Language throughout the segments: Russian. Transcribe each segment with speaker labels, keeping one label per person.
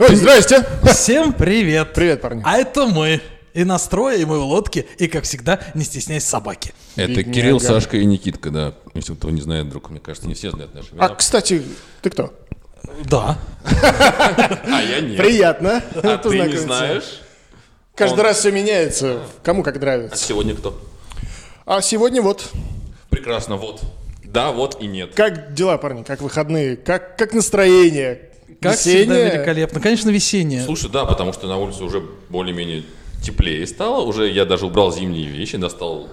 Speaker 1: Ой, здрасте.
Speaker 2: Всем привет.
Speaker 1: Привет, парни.
Speaker 2: А это мы. И настроя, и мы в лодке, и, как всегда, не стесняясь собаки.
Speaker 3: Это
Speaker 1: Бедняга.
Speaker 3: Кирилл, Сашка и Никитка, да. Если кто не знает друг, мне кажется, не все знают наши
Speaker 1: А,
Speaker 3: имена.
Speaker 1: кстати, ты кто?
Speaker 2: Да.
Speaker 3: А я нет.
Speaker 1: Приятно.
Speaker 3: А ты не
Speaker 1: познакомиться.
Speaker 3: знаешь?
Speaker 1: Каждый
Speaker 3: Он-
Speaker 1: раз все меняется, кому как
Speaker 3: А
Speaker 1: нравится.
Speaker 3: сегодня кто?
Speaker 1: А сегодня вот.
Speaker 3: Прекрасно, вот. Да, вот и нет.
Speaker 1: Как дела, парни? Как выходные? Как, как настроение?
Speaker 2: Как
Speaker 1: Весеннее?
Speaker 2: всегда великолепно. Конечно, весеннее.
Speaker 3: Слушай, да, потому что на улице уже более-менее теплее стало. Уже я даже убрал зимние вещи, достал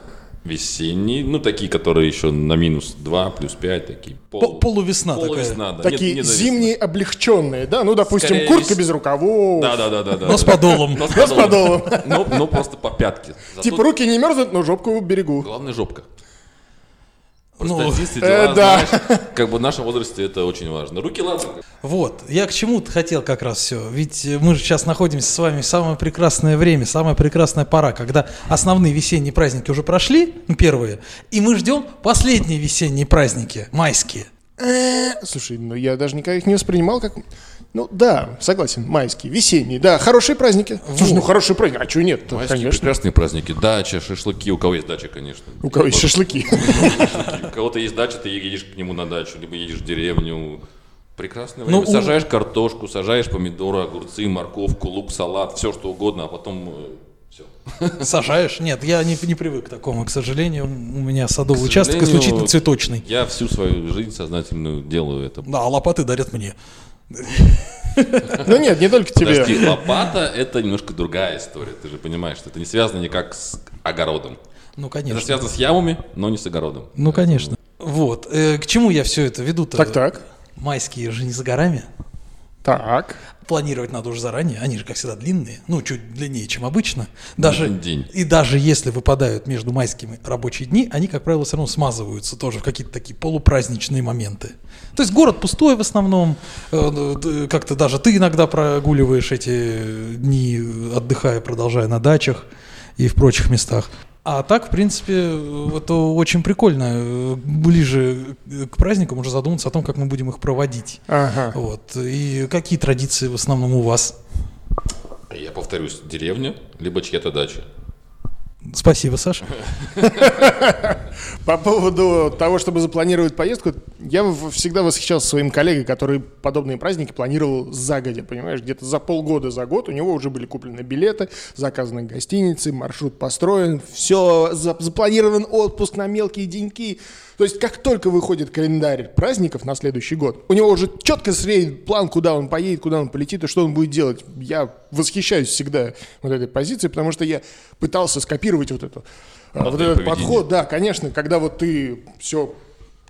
Speaker 3: весенние, ну, такие, которые еще на минус 2, плюс 5, такие.
Speaker 2: Пол- полувесна такая.
Speaker 3: Полувесна, да. Нет,
Speaker 1: Такие
Speaker 3: не до весны.
Speaker 1: зимние облегченные, да? Ну, допустим,
Speaker 3: Скорее
Speaker 1: куртка
Speaker 3: вес-
Speaker 1: без рукавов.
Speaker 3: Да, да, да, да. да,
Speaker 2: Но с
Speaker 3: да.
Speaker 2: подолом.
Speaker 3: Но с
Speaker 1: Но с подолом.
Speaker 3: Ну, ну, просто по пятке. Зато
Speaker 1: Типа руки не мерзнут, но жопку берегу.
Speaker 3: Главное жопка.
Speaker 2: Ну,
Speaker 3: Просто здесь
Speaker 1: э,
Speaker 3: дела,
Speaker 1: да.
Speaker 3: знаешь, как бы в нашем возрасте это очень важно. Руки ладно.
Speaker 2: Вот, я к чему-то хотел как раз все. Ведь э, мы же сейчас находимся с вами в самое прекрасное время, самая прекрасная пора, когда основные весенние праздники уже прошли, ну, первые, и мы ждем последние весенние праздники, майские.
Speaker 1: Слушай, ну я даже никогда их не воспринимал как... Ну да, согласен, майские, весенние, да, хорошие праздники. Слушай, ну хорошие праздники, а чего нет? Конечно.
Speaker 3: прекрасные праздники. Дача, шашлыки. У кого есть дача, конечно.
Speaker 1: У кого есть шашлыки?
Speaker 3: У кого-то есть дача, ты едешь к нему на дачу, либо едешь в деревню. Прекрасное
Speaker 2: Ну,
Speaker 3: время.
Speaker 2: у-
Speaker 3: Сажаешь картошку, сажаешь помидоры, огурцы, морковку, лук, салат, все что угодно, а потом все.
Speaker 2: Сажаешь? Нет, я не, не привык к такому, к сожалению. У меня садовый участок исключительно цветочный.
Speaker 3: Я всю свою жизнь сознательную делаю это.
Speaker 2: Да, а лопаты дарят мне.
Speaker 1: Ну нет, не только
Speaker 3: Подожди,
Speaker 1: тебе.
Speaker 3: лопата это немножко другая история. Ты же понимаешь, что это не связано никак с огородом.
Speaker 2: Ну,
Speaker 3: Это
Speaker 2: конечно.
Speaker 3: связано с ямами, но не с огородом.
Speaker 2: Ну, конечно. Вот. э, к чему я все это веду-то?
Speaker 1: Так-так.
Speaker 2: Майские же не за горами.
Speaker 1: Так.
Speaker 2: Планировать надо уже заранее, они же, как всегда, длинные, ну, чуть длиннее, чем обычно. Даже,
Speaker 3: Один день.
Speaker 2: И даже если выпадают между майскими рабочие дни, они, как правило, все равно смазываются тоже в какие-то такие полупраздничные моменты. То есть город пустой в основном, э, ну, д- как-то даже ты иногда прогуливаешь эти дни, э, отдыхая, продолжая на дачах и в прочих местах. А так, в принципе, э, это очень прикольно. э, Ближе э, к праздникам уже задуматься о том, как мы будем их проводить.
Speaker 1: Ага.
Speaker 2: Вот. И какие традиции в основном у вас?
Speaker 3: Я повторюсь, деревня, либо чья-то дача.
Speaker 2: Спасибо, Саша.
Speaker 1: По поводу того, чтобы запланировать поездку, я в- всегда восхищался своим коллегой, который подобные праздники планировал загодя, понимаешь, где-то за полгода, за год у него уже были куплены билеты, заказаны гостиницы, маршрут построен, все, запланирован отпуск на мелкие деньки. То есть как только выходит календарь праздников на следующий год, у него уже четко среет план, куда он поедет, куда он полетит и что он будет делать. Я восхищаюсь всегда вот этой позицией, потому что я пытался скопировать вот эту а, вот
Speaker 3: Модель
Speaker 1: этот
Speaker 3: поведения.
Speaker 1: подход, да, конечно, когда вот ты все,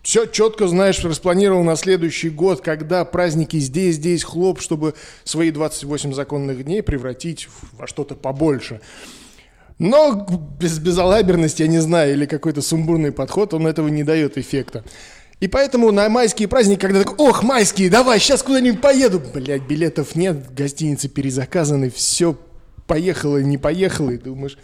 Speaker 1: все четко знаешь, распланировал на следующий год, когда праздники здесь, здесь, хлоп, чтобы свои 28 законных дней превратить в- во что-то побольше. Но без безалаберность, я не знаю, или какой-то сумбурный подход, он этого не дает эффекта. И поэтому на майские праздники, когда такой, ох, майские, давай, сейчас куда-нибудь поеду. Блять, билетов нет, гостиницы перезаказаны, все поехало, не поехало, и думаешь,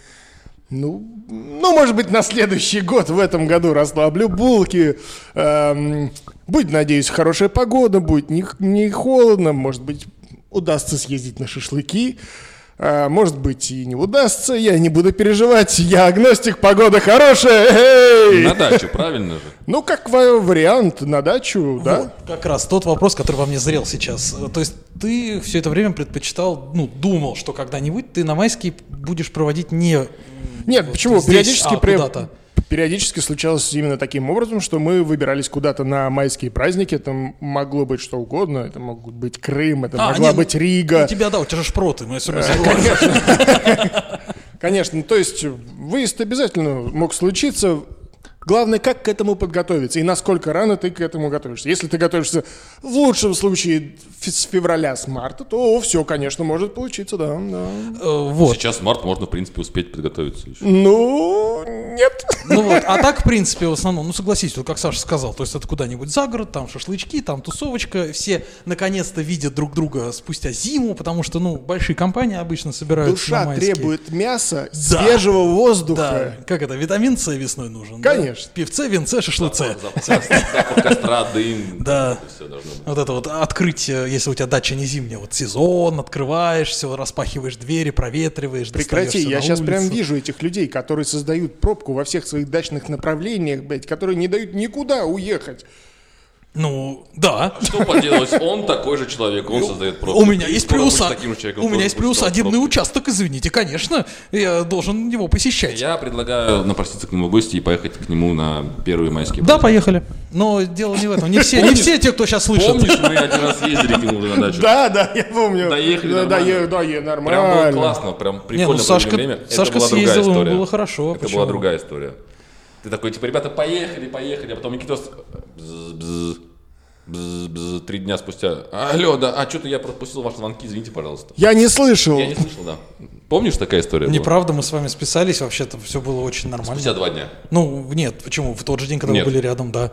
Speaker 1: ну, ну, может быть, на следующий год в этом году расслаблю булки. Эм, будет, надеюсь, хорошая погода, будет не, х- не холодно, может быть, удастся съездить на шашлыки. А, может быть, и не удастся, я не буду переживать, я агностик, погода хорошая. эй!
Speaker 3: На дачу, правильно же?
Speaker 1: Ну, как ва- вариант, на дачу,
Speaker 2: Вот
Speaker 1: да?
Speaker 2: Ну, как раз тот вопрос, который во мне зрел сейчас. Э, То есть ты все это время предпочитал, ну, думал, что когда-нибудь ты на майские будешь проводить не... м,
Speaker 1: Нет,
Speaker 2: вот
Speaker 1: почему?
Speaker 2: здесь,
Speaker 1: периодически,
Speaker 2: а
Speaker 1: при-
Speaker 2: куда-то.
Speaker 1: периодически случалось именно таким образом, что мы выбирались куда-то на майские праздники. Это м- могло быть что угодно. Это мог быть Крым, это
Speaker 2: А,
Speaker 1: могла
Speaker 2: не, ну,
Speaker 1: быть
Speaker 2: У
Speaker 1: Рига. Э,
Speaker 2: тебя, да, у тебя же шпроты, мы всё равно забываем.
Speaker 1: Конечно, ну, то есть выезд обязательно мог случиться. Главное, как к этому подготовиться и насколько рано ты к этому готовишься. Если ты готовишься в лучшем случае фе- с февраля, с марта, то все, конечно, может получиться, да. да.
Speaker 2: Э, Вот.
Speaker 3: Сейчас март можно, в принципе, успеть подготовиться еще.
Speaker 1: Ну, нет.
Speaker 2: Ну вот, а так, в принципе, в основном, ну согласитесь, вот как Саша сказал, то есть это куда-нибудь за город, там шашлычки, там тусовочка, все наконец-то видят друг друга спустя зиму, потому что, ну, большие компании обычно собираются на
Speaker 1: Душа
Speaker 2: майские.
Speaker 1: требует мяса,
Speaker 2: Да.
Speaker 1: свежего воздуха.
Speaker 2: Да, как это, витамин С весной нужен. да?
Speaker 1: Конечно. конечно.
Speaker 2: Певце, венце, шашлыце.
Speaker 3: Запах запах костра, дым.
Speaker 2: Да.
Speaker 3: Все должно быть.
Speaker 2: Вот это вот открытие, если у тебя дача не зимняя, вот сезон, открываешь все, распахиваешь двери, проветриваешь,
Speaker 1: Прекрати,
Speaker 2: достаешь всё
Speaker 1: я
Speaker 2: на
Speaker 1: сейчас прям
Speaker 2: улицу.
Speaker 1: вижу этих людей, которые создают пробку во всех своих дачных направлениях, блядь, которые не дают никуда уехать.
Speaker 2: Ну, да.
Speaker 3: Что поделать, он такой же человек, он создает пробку.
Speaker 2: У меня
Speaker 3: Ты
Speaker 2: есть
Speaker 3: скоро будешь
Speaker 2: плюс, а-
Speaker 3: таким же человеком,
Speaker 2: у меня
Speaker 3: тоже
Speaker 2: есть
Speaker 3: будешь
Speaker 2: плюс
Speaker 3: создавать
Speaker 2: одинный
Speaker 3: пробку.
Speaker 2: участок, извините, конечно, я должен его посещать.
Speaker 3: Я предлагаю напроситься к нему в гости и поехать к нему на первые майские
Speaker 2: Да,
Speaker 3: праздники.
Speaker 2: поехали. Но дело не в этом. Не все, не
Speaker 3: Помнишь-
Speaker 2: все те, кто сейчас слышит.
Speaker 3: Помнишь, мы один раз ездили к нему на дачу?
Speaker 1: Да, да, я помню.
Speaker 3: Доехали
Speaker 1: Да,
Speaker 3: нормально.
Speaker 1: дое- дое- нормально.
Speaker 3: Прям было классно, прям
Speaker 2: Не,
Speaker 3: прикольно
Speaker 2: ну Сашка,
Speaker 3: провели время.
Speaker 2: Сашка
Speaker 3: это была другая
Speaker 2: съездил,
Speaker 3: история.
Speaker 2: ему было хорошо.
Speaker 3: Это
Speaker 2: почему?
Speaker 3: была другая история. Ты такой, типа, ребята, поехали, поехали, а потом Никитос... бз, бз, бз, бз, Три дня спустя. Алло, да, а что-то я пропустил ваши звонки, извините, пожалуйста.
Speaker 1: Я не слышал.
Speaker 3: Я не слышал, да. Помнишь, такая история была?
Speaker 2: Неправда, мы с вами списались, вообще-то все было очень нормально.
Speaker 3: Спустя два дня.
Speaker 2: Ну, нет, почему? В тот же день, когда
Speaker 3: Нет.
Speaker 2: мы были рядом, да.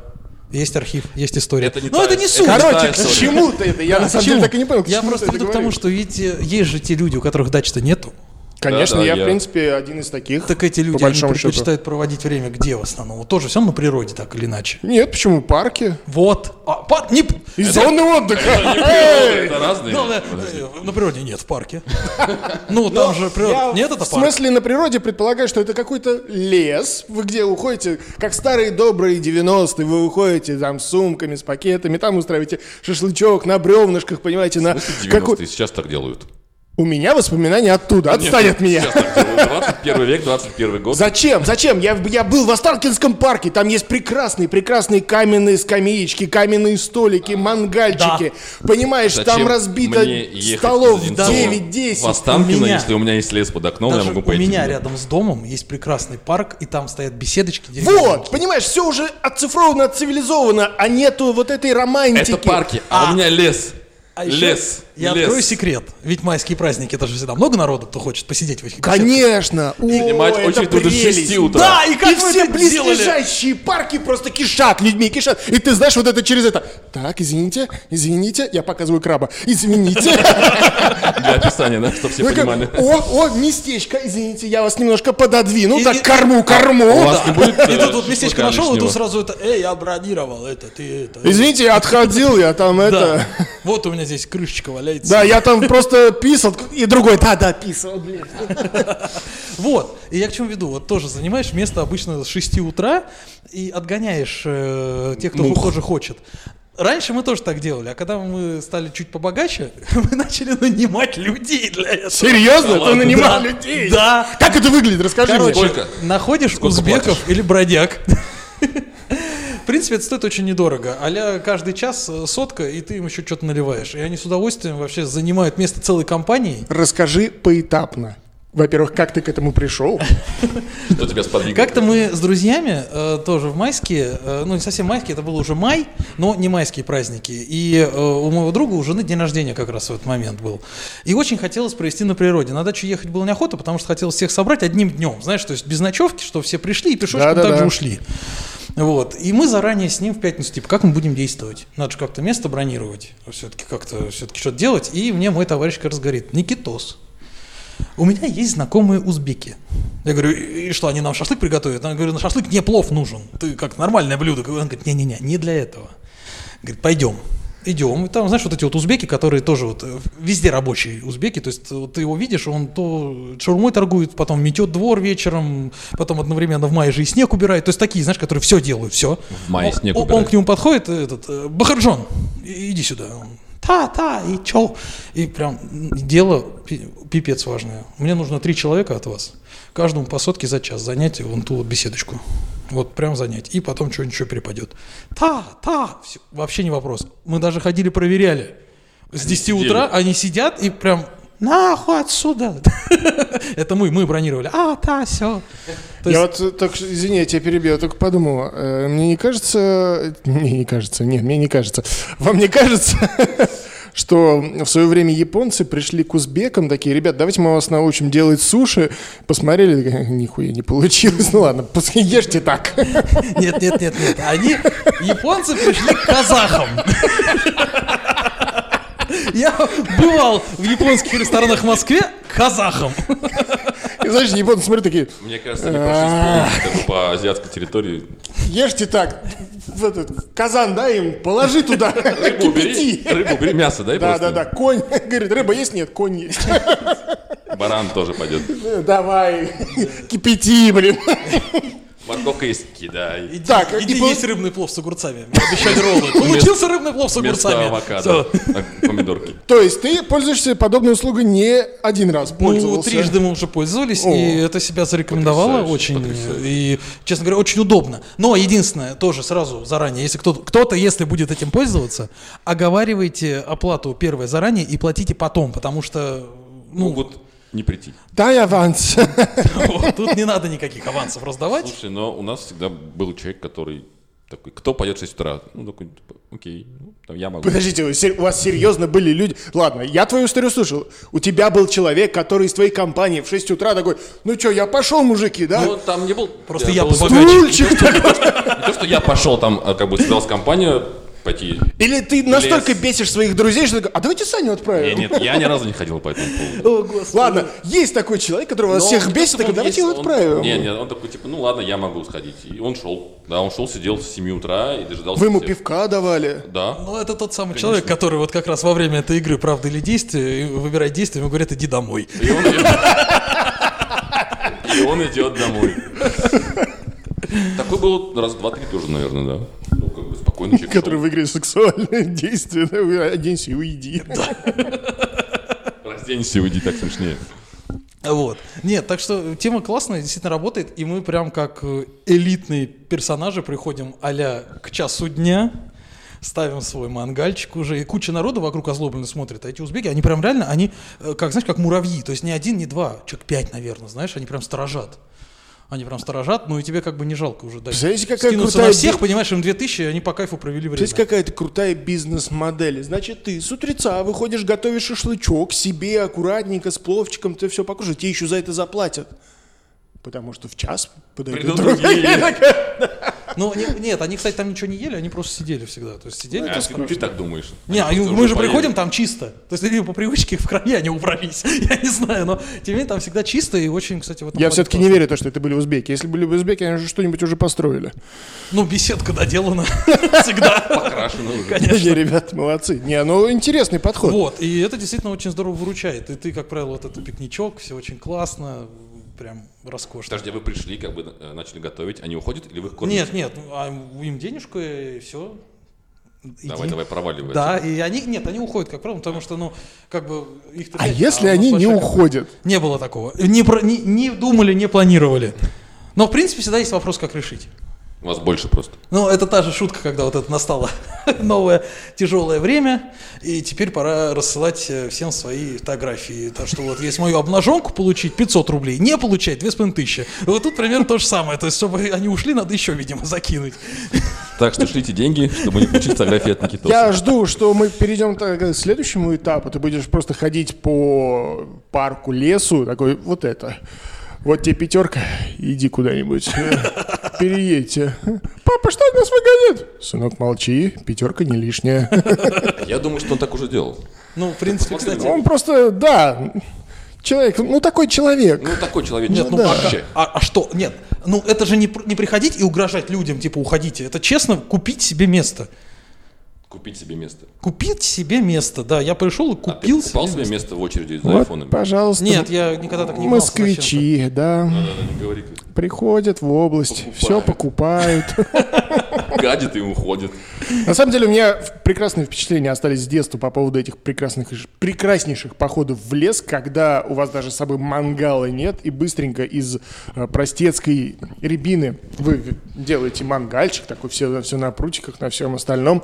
Speaker 2: Есть архив, есть история.
Speaker 3: Это не
Speaker 2: Но
Speaker 3: та
Speaker 2: это не
Speaker 3: история.
Speaker 2: суть.
Speaker 3: Короче,
Speaker 1: Короче,
Speaker 3: Да,
Speaker 1: к
Speaker 3: история.
Speaker 1: чему-то это, я на
Speaker 2: Да,
Speaker 1: самом
Speaker 2: почему?
Speaker 1: деле так и не понял. к
Speaker 2: Я
Speaker 1: чему
Speaker 2: просто
Speaker 1: ты
Speaker 2: веду
Speaker 1: это
Speaker 2: к тому,
Speaker 1: говоришь.
Speaker 2: что видите, есть же те люди, у которых дач-то нету.
Speaker 1: Конечно,
Speaker 3: Да, да,
Speaker 1: я,
Speaker 3: я-
Speaker 1: в принципе, один из таких.
Speaker 2: Так эти люди,
Speaker 1: по
Speaker 2: они
Speaker 1: большому счету.
Speaker 2: предпочитают проводить время где в основном? Вот Тоже все на природе, так или иначе.
Speaker 1: Нет, почему? Парки.
Speaker 2: Вот. А, пар- не-
Speaker 1: И зоны отдыха. Эй!
Speaker 3: Это разные.
Speaker 2: Ну, да, э, на природе нет, в парке. Ну, там же природа.
Speaker 1: Я
Speaker 2: Нет, это
Speaker 1: В
Speaker 2: парк.
Speaker 1: смысле, на природе предполагаю, что это какой-то лес, вы где уходите, как старые добрые 90-е, вы уходите там с сумками, с пакетами, там устраиваете шашлычок на бревнышках, понимаете, на...
Speaker 3: 90-е
Speaker 1: какой-
Speaker 3: сейчас так делают.
Speaker 1: У меня воспоминания оттуда, отстань от меня.
Speaker 3: Сейчас так делают. 21 век, 21 год.
Speaker 1: Зачем? Зачем? Я, я был в Останкинском парке. Там есть прекрасные, прекрасные каменные скамеечки, каменные столики, мангальчики. Понимаешь,
Speaker 3: Зачем
Speaker 1: там разбито
Speaker 3: мне ехать
Speaker 1: столов
Speaker 3: из Одинцова
Speaker 1: 9-10.
Speaker 3: В Останкино,
Speaker 2: У меня-
Speaker 3: если у меня есть лес под окном, Ну, я
Speaker 2: Даже
Speaker 3: могу
Speaker 2: у
Speaker 3: пойти.
Speaker 2: меня
Speaker 3: туда.
Speaker 2: рядом с домом есть прекрасный парк, и там стоят беседочки.
Speaker 1: Вот,
Speaker 2: деревянные.
Speaker 1: понимаешь, все уже отцифровано, отцивилизовано, а нету вот этой романтики.
Speaker 3: Это парки, а,
Speaker 2: А.
Speaker 3: у меня лес.
Speaker 2: А еще
Speaker 3: лес.
Speaker 2: Я
Speaker 3: лес.
Speaker 2: открою секрет. Ведь майские праздники, это же всегда много народу, кто хочет посидеть в этих беседках.
Speaker 1: Конечно. О,
Speaker 3: Снимать
Speaker 1: это
Speaker 3: очередь до 6
Speaker 1: прелесть.
Speaker 3: утра.
Speaker 2: Да, и как
Speaker 1: и
Speaker 2: вы
Speaker 1: все
Speaker 2: это делали?
Speaker 1: близлежащие парки просто кишат людьми, кишат. И ты знаешь, вот это через это. Так, извините, извините, я показываю краба. Извините.
Speaker 3: Для описания, да, чтобы все
Speaker 1: Вы как,
Speaker 3: понимали.
Speaker 1: О, о, местечко, извините, я вас немножко пододвину.
Speaker 2: И-
Speaker 1: так,
Speaker 2: и-
Speaker 1: корму, корму.
Speaker 3: А, вас не будет,
Speaker 2: И
Speaker 3: э,
Speaker 2: тут вот
Speaker 3: шашлыка
Speaker 2: местечко нашел, и
Speaker 3: лишнего?
Speaker 2: тут сразу это, эй, я бронировал, это ты, это.
Speaker 1: Извините, я отходил, я там это...
Speaker 2: Да. Вот у меня здесь крышечка валяется.
Speaker 1: Да, я там просто писал, и другой, да, да, писал, блин.
Speaker 2: Вот. И я к чему веду? Вот тоже занимаешь место обычно с 6 утра и отгоняешь э, тех, кто тоже хочет. Раньше мы тоже так делали, а когда мы стали чуть побогаче, мы начали нанимать людей для этого.
Speaker 1: Серьезно? Ты нанимал
Speaker 2: Да,
Speaker 1: людей?
Speaker 2: да.
Speaker 1: Как это выглядит? Расскажи
Speaker 2: Короче,
Speaker 1: мне.
Speaker 3: Сколько?
Speaker 2: находишь узбеков или бродяг. В принципе, это стоит очень недорого. Аля каждый час э, сотка, и ты им еще что-то наливаешь. И они с удовольствием вообще занимают место целой компании.
Speaker 1: Расскажи поэтапно. Во-первых, как ты к этому пришел?
Speaker 3: Что тебя сподвигло?
Speaker 2: Как-то мы с друзьями э, тоже в майские, э, ну не совсем майские, это был уже май, но не майские праздники. И э, у моего друга у жены день рождения как раз в этот момент был. И очень хотелось провести на природе. На дачу ехать было неохота, потому что хотелось всех собрать одним днем, знаешь, то есть без ночевки, что все пришли и пешочком
Speaker 1: Да-да-да.
Speaker 2: также ушли. Вот. И мы заранее с ним в пятницу, типа, как мы будем действовать? Надо же как-то место бронировать, все-таки как-то все-таки что-то делать. И мне мой товарищ как раз говорит, Никитос, у меня есть знакомые узбеки. Я говорю, и и что, они нам шашлык приготовят? Она говорит, на шашлык не плов нужен. Ты как нормальное блюдо. Он говорит, не-не-не, не для этого. Говорит, пойдем. Идем. И там, знаешь, вот эти вот узбеки, которые тоже вот э, везде рабочие узбеки. То есть э, вот ты его видишь, он то шаурмой торгует, потом метет двор вечером, потом одновременно в мае же и снег убирает. То есть такие, знаешь, которые все делают, все.
Speaker 3: В мае снег
Speaker 2: он, он
Speaker 3: убирает.
Speaker 2: к нему подходит, э, этот, э, Бахарджон, и- иди сюда. Он, Та-та, и чё? И прям м, дело пи- пипец важное. Мне нужно три человека от вас. Каждому по сотке за час занять вон ту вот беседочку. Вот прям занять. И потом что-нибудь еще перепадет. Та-та, всё, вообще не вопрос. Мы даже ходили, проверяли. С 10
Speaker 3: сидели.
Speaker 2: утра они сидят и прям нахуй отсюда. Это мы, мы бронировали. А, та, все.
Speaker 1: Я вот э, так, что- извини, я тебя перебил, я только подумал, э, мне не кажется, э, мне не кажется, нет, мне не кажется, вам не кажется, что в свое время японцы пришли к узбекам, такие, ребят, давайте мы вас научим делать суши, посмотрели, такие, нихуя не получилось, ну ладно, пускай ешьте так.
Speaker 2: Нет, нет, нет, нет. Они, японцы, пришли к казахам. Я бывал в японских ресторанах в Москве к казахам.
Speaker 1: И знаешь, японцы смотрят такие,
Speaker 3: Мне кажется, они пошли с
Speaker 2: А.
Speaker 3: помощью, как бы, по азиатской территории.
Speaker 1: ешьте так, в этот казан, да, им, положи туда,
Speaker 3: Рыбу бери,
Speaker 1: кипяти.
Speaker 3: рыбу бери, мясо дай просто.
Speaker 1: Да-да-да, конь, говорит, рыба есть? Нет, конь есть.
Speaker 3: Баран тоже пойдет.
Speaker 1: Давай, кипяти, блин.
Speaker 3: Морковка есть, кидай.
Speaker 1: Так,
Speaker 2: Иди
Speaker 1: и пол-
Speaker 2: есть рыбный плов с огурцами. Мне обещали роллы. Получился рыбный плов с огурцами.
Speaker 3: Вместо авокадо.
Speaker 2: Всё.
Speaker 3: а, Помидорки.
Speaker 1: То есть ты пользуешься подобной услугой не один раз
Speaker 2: Ну,
Speaker 1: пользовался?
Speaker 2: трижды мы уже пользовались, и
Speaker 1: О.
Speaker 2: это себя зарекомендовало
Speaker 3: Потрясающе,
Speaker 2: очень.
Speaker 3: потрясающе.
Speaker 2: И, честно говоря, очень удобно. Но единственное, тоже сразу заранее, если кто-то, кто-то, если будет этим пользоваться, оговаривайте оплату первое заранее и платите потом, потому что ну,
Speaker 3: Могут не прийти.
Speaker 1: Дай аванс.
Speaker 2: вот, тут не надо никаких авансов раздавать.
Speaker 3: Слушай, но у нас всегда был человек, который такой, кто поет в 6 утра? Ну, такой, типа, окей, ну, там я могу.
Speaker 1: Подождите, вы сер- у вас серьезно были люди... Ладно, я твою историю слышал. У тебя был человек, который из твоей компании в 6 утра такой, ну что, я пошел, мужики, да?
Speaker 3: Ну, там не был.
Speaker 2: Просто я
Speaker 3: был
Speaker 2: побогаче.
Speaker 3: стульчик.
Speaker 1: Стульчик такой.
Speaker 3: Не то, что я пошел там, а, как бы собрался в компанию пойти.
Speaker 1: Или ты настолько бесишь своих друзей, что такой, а давайте Саню
Speaker 3: Не,
Speaker 1: отправим.
Speaker 3: нет, я ни разу не ходил по этому поводу.
Speaker 1: Ладно, есть такой человек, который вас
Speaker 3: Но
Speaker 1: всех
Speaker 3: он
Speaker 1: бесит,
Speaker 3: такой,
Speaker 1: такой, давайте
Speaker 3: он
Speaker 1: его
Speaker 3: есть, он-
Speaker 1: отправим.
Speaker 3: Не, не, он такой, типа, ну ладно, я могу сходить. И он шел. Да, он шел, сидел с 7 утра и дожидался.
Speaker 1: Вы ему
Speaker 3: всех.
Speaker 1: пивка давали.
Speaker 3: Да.
Speaker 2: Ну, это тот самый человек, который вот как раз во время этой игры «Правда или действие» выбирает действие, ему говорят «иди домой».
Speaker 3: И он идет, и он идет домой. Такой был раз, два, три тоже, наверное, да. Ну, как бы спокойно человек
Speaker 1: Который
Speaker 3: шел.
Speaker 1: в игре сексуальное действие. да, вы Оденься и уйди.
Speaker 3: Разденься и уйди, так смешнее.
Speaker 2: Вот. Нет, так что тема классная, действительно работает, и мы прям как э, элитные персонажи приходим а к часу дня, ставим свой мангальчик уже, и куча народа вокруг озлобленно смотрит, а эти узбеки, они прям реально, они, э, как, знаешь, как муравьи, то есть не один, не два, человек пять, наверное, знаешь, они прям сторожат. Они прям сторожат, ну и тебе как бы не жалко уже дать.
Speaker 1: Представляете, какая
Speaker 2: Скинуться
Speaker 1: крутая
Speaker 2: на всех,
Speaker 1: би-
Speaker 2: понимаешь, им 2000, и они по кайфу провели время.
Speaker 1: Здесь какая-то крутая бизнес-модель. Значит, ты с утреца выходишь, готовишь шашлычок себе аккуратненько с пловчиком, ты все покушаешь, тебе еще за это заплатят. Потому что в час подойдут
Speaker 3: Придут
Speaker 1: другие.
Speaker 3: другие.
Speaker 2: Ну, не- нет, они, кстати, там ничего не ели, они просто сидели всегда. То есть сидели,
Speaker 3: А, ты- Ты так думаешь.
Speaker 2: Не, а
Speaker 3: Они просто
Speaker 2: мы
Speaker 3: уже
Speaker 2: же
Speaker 3: поели.
Speaker 2: приходим, там чисто. То есть они по привычке в крови они убрались. Я не знаю, но тем не менее там всегда чисто и очень, кстати, вот.
Speaker 1: Я все-таки не верю, в то, что это были узбеки. Если были бы узбеки, они же что-нибудь уже построили.
Speaker 2: Ну, беседка доделана всегда.
Speaker 3: Покрашены уже.
Speaker 1: Не, ребят, молодцы. Не, ну интересный подход.
Speaker 2: Вот, и это действительно очень здорово выручает. И ты, как правило, вот этот пикничок, все очень классно, прям роскошно.
Speaker 3: Подожди, а вы пришли, как бы э, начали готовить, они уходят или вы их кормите?
Speaker 2: Нет, нет, а им денежку э, и все.
Speaker 3: Давай, давай, проваливай.
Speaker 2: Да, и они, нет, они уходят, как правило, потому что, ну, как бы их...
Speaker 1: А если они не уходят?
Speaker 2: Не было такого. Не, про- не, не думали, не планировали. Но, в принципе, всегда есть вопрос, как решить.
Speaker 3: У вас больше просто.
Speaker 2: Ну, это та же шутка, когда вот это настало новое тяжелое время, и теперь пора рассылать э, всем свои фотографии. Так что вот если мою обнаженку получить 500 рублей, не получать 2500. Вот тут примерно то же самое. То есть, чтобы они ушли, надо еще, видимо, закинуть.
Speaker 3: Так что шлите деньги, чтобы не получить фотографии от Никитоса.
Speaker 1: Я жду, что мы перейдем так, к следующему этапу. Ты будешь просто ходить по парку, лесу, такой, вот это. Вот тебе пятерка, иди куда-нибудь, э, переедьте. Папа, что от нас выгонит? Сынок, молчи, пятерка не лишняя.
Speaker 3: Я думаю, что он так уже делал.
Speaker 2: Ну, в принципе,
Speaker 3: посмотри,
Speaker 2: кстати...
Speaker 1: Он просто, да, человек, ну такой человек.
Speaker 3: Ну, такой человек.
Speaker 2: Нет, ну
Speaker 1: да.
Speaker 2: а,
Speaker 3: вообще.
Speaker 2: а- а что? Нет, ну это же не, пр- не приходить и угрожать людям, типа уходите. Это честно купить себе место.
Speaker 3: Купить себе место.
Speaker 2: Купить себе место, да. Я пришел и
Speaker 3: А ты
Speaker 2: купил
Speaker 3: покупал
Speaker 2: себе
Speaker 3: себе место в очереди за айфонами?
Speaker 1: Вот, пожалуйста.
Speaker 2: Нет, я никогда так не гнался
Speaker 1: Москвичи, да,
Speaker 3: Да, не говори. как-
Speaker 1: приходят в область, все покупают.
Speaker 3: Гадит и уходит.
Speaker 1: На самом деле у меня в- прекрасные впечатления остались с детства по поводу этих прекрасных, иш- прекраснейших походов в лес, когда у вас даже с собой мангала нет, и быстренько из э, простецкой рябины вы в- делаете мангальчик, такой все, все на прутиках, на всем остальном.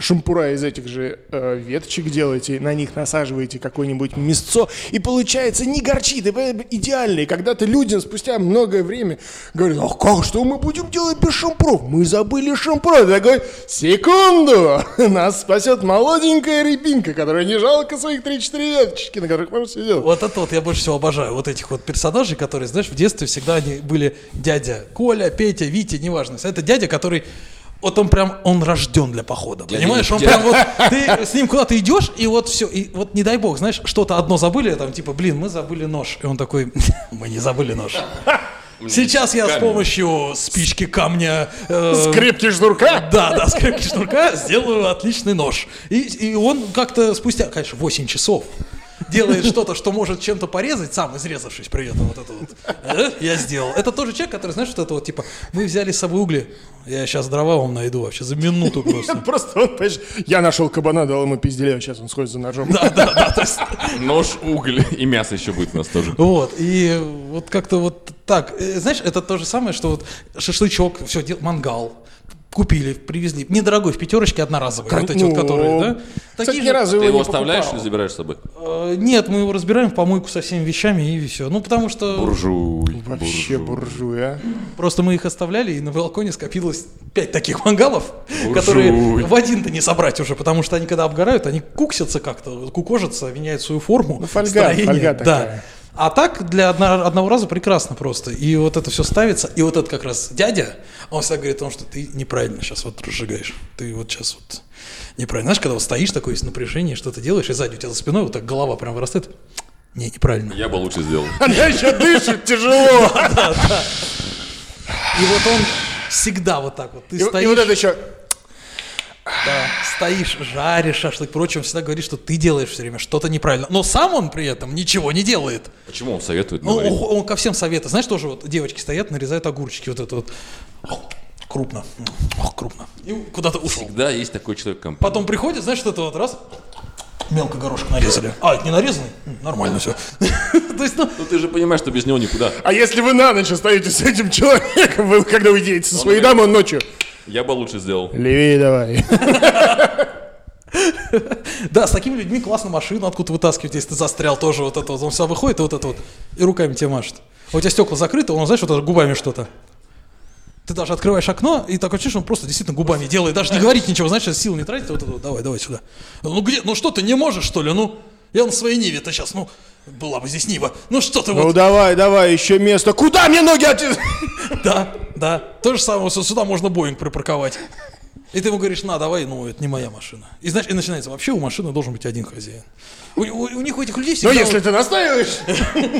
Speaker 1: Шампура из этих же э, веточек делаете, на них насаживаете какое-нибудь мясцо, и получается не горчит, и вы- идеальный. Когда-то людям спустя многое время говорят, а как, что мы будем делать без шампуров? Мы забыли шампура. Ты такой, секунду, нас спасет молоденькая рябинка, которая не жалко своих 3-4 веточки, на которых можно сидеть.
Speaker 2: Вот это вот я больше всего обожаю. Вот этих вот персонажей, которые, знаешь, в детстве всегда они были дядя Коля, Петя, Витя, неважно. Это дядя, который Вот он прям, он рожден для похода,
Speaker 3: Дядя
Speaker 2: понимаешь? Он
Speaker 3: Витя.
Speaker 2: прям вот, ты с ним куда-то идешь, и вот все, и вот не дай бог, знаешь, что-то одно забыли, там типа, блин, мы забыли нож. И он такой, мы не забыли нож. Сейчас я с
Speaker 3: Камень.
Speaker 2: помощью спички камня... э,
Speaker 1: Скрепки шнурка?
Speaker 2: да, да, скрепки шнурка, сделаю отличный нож. И, и он как-то спустя, конечно, 8 часов делает что-то, что может чем-то порезать, сам изрезавшись при этом вот это вот. Э, Я сделал. Это тоже человек, который, знаешь, вот это вот, типа, мы взяли с собой угли, я сейчас дрова вам найду вообще за минуту просто.
Speaker 1: Просто он, понимаешь, я нашел кабана, дал ему пизделя, сейчас он сходит за ножом.
Speaker 2: Да, да, да, то есть,
Speaker 3: Нож, уголь и мясо еще будет у нас тоже.
Speaker 2: Вот, и вот как-то вот так. Э, Знаешь, это то же самое, что вот шашлычок, все, мангал, купили, привезли. Недорогой, в пятерочке одноразовый. Вот эти вот,
Speaker 1: Ну,
Speaker 2: которые, да?
Speaker 1: кстати,
Speaker 2: Такие
Speaker 1: ни
Speaker 2: же-
Speaker 1: разу
Speaker 3: Ты его
Speaker 1: не
Speaker 3: оставляешь
Speaker 1: покупал.
Speaker 3: или забираешь с собой?
Speaker 2: Э, Нет, мы его разбираем в помойку со всеми вещами и все. Ну, потому что
Speaker 3: Буржуй.
Speaker 1: Вообще буржуй, а?
Speaker 2: просто мы их оставляли, и на балконе скопилось пять таких мангалов, которые в один-то не собрать уже, потому что они, когда обгорают, они куксятся как-то, кукожатся, меняют свою форму,
Speaker 1: Ну, фольга,
Speaker 2: строение.
Speaker 1: фольга
Speaker 2: да.
Speaker 1: такая.
Speaker 2: А так для одно- одного раза прекрасно просто. И вот это все ставится. И вот этот как раз дядя, он всегда говорит о том, что ты неправильно сейчас вот разжигаешь. Ты вот сейчас вот неправильно. Знаешь, когда вот стоишь такой с напряжением, что-то делаешь, и сзади у тебя за спиной вот так голова прям вырастает. Не, неправильно.
Speaker 3: Я бы лучше сделал.
Speaker 1: Она еще дышит тяжело.
Speaker 2: И вот он всегда вот так вот. Ты
Speaker 1: И
Speaker 2: стоишь,
Speaker 1: и вот это еще...
Speaker 2: да, стоишь, жаришь шашлык, прочее, он всегда говорит, что ты делаешь все время что-то неправильно. Но сам он при этом ничего не делает.
Speaker 3: Почему он советует?
Speaker 2: Ну,
Speaker 3: говорит?
Speaker 2: он, он ко всем советует. Знаешь, тоже вот девочки стоят, нарезают огурчики, вот это вот. Ох, крупно. Ох, крупно. И куда-то ушел.
Speaker 3: Всегда есть такой человек в компании.
Speaker 2: Потом приходит, знаешь, что это вот раз, мелко горошек нарезали. А, это не нарезанный? М, Нормально все. То есть, ну,
Speaker 3: Ну ты же понимаешь, что без него никуда.
Speaker 1: А если вы на ночь остаетесь с этим человеком, вы когда уйдете со своей дамы, он ночью...
Speaker 3: Я бы лучше сделал.
Speaker 1: Левее давай.
Speaker 2: Да, с такими людьми классно машину откуда вытаскивать, если ты застрял тоже вот это вот. Он всегда выходит и вот это вот, и руками тебе машет. А у тебя стекла закрыты, он, знаешь, вот это губами что-то. Ты даже открываешь окно, и такое ощущение, что он просто действительно губами делает. Даже не говорит ничего, знаешь, сейчас сил не тратит. Вот это вот, давай, давай сюда. Ну где, ну что ты, не можешь, что ли? Ну, я на своей Ниве-то сейчас, ну, была бы здесь Нива. Ну что ты
Speaker 1: Ну
Speaker 2: вот,
Speaker 1: давай, давай, еще место. Куда мне ноги отец?
Speaker 2: да, да. То же самое, вот сюда можно Боинг припарковать. И ты ему говоришь, на, давай, ну, это не моя машина. И знаешь, и начинается, вообще у машины должен быть один хозяин. У, у- у них у этих людей
Speaker 1: Ну
Speaker 2: всегда...
Speaker 1: если
Speaker 2: вот-
Speaker 1: ты настаиваешь.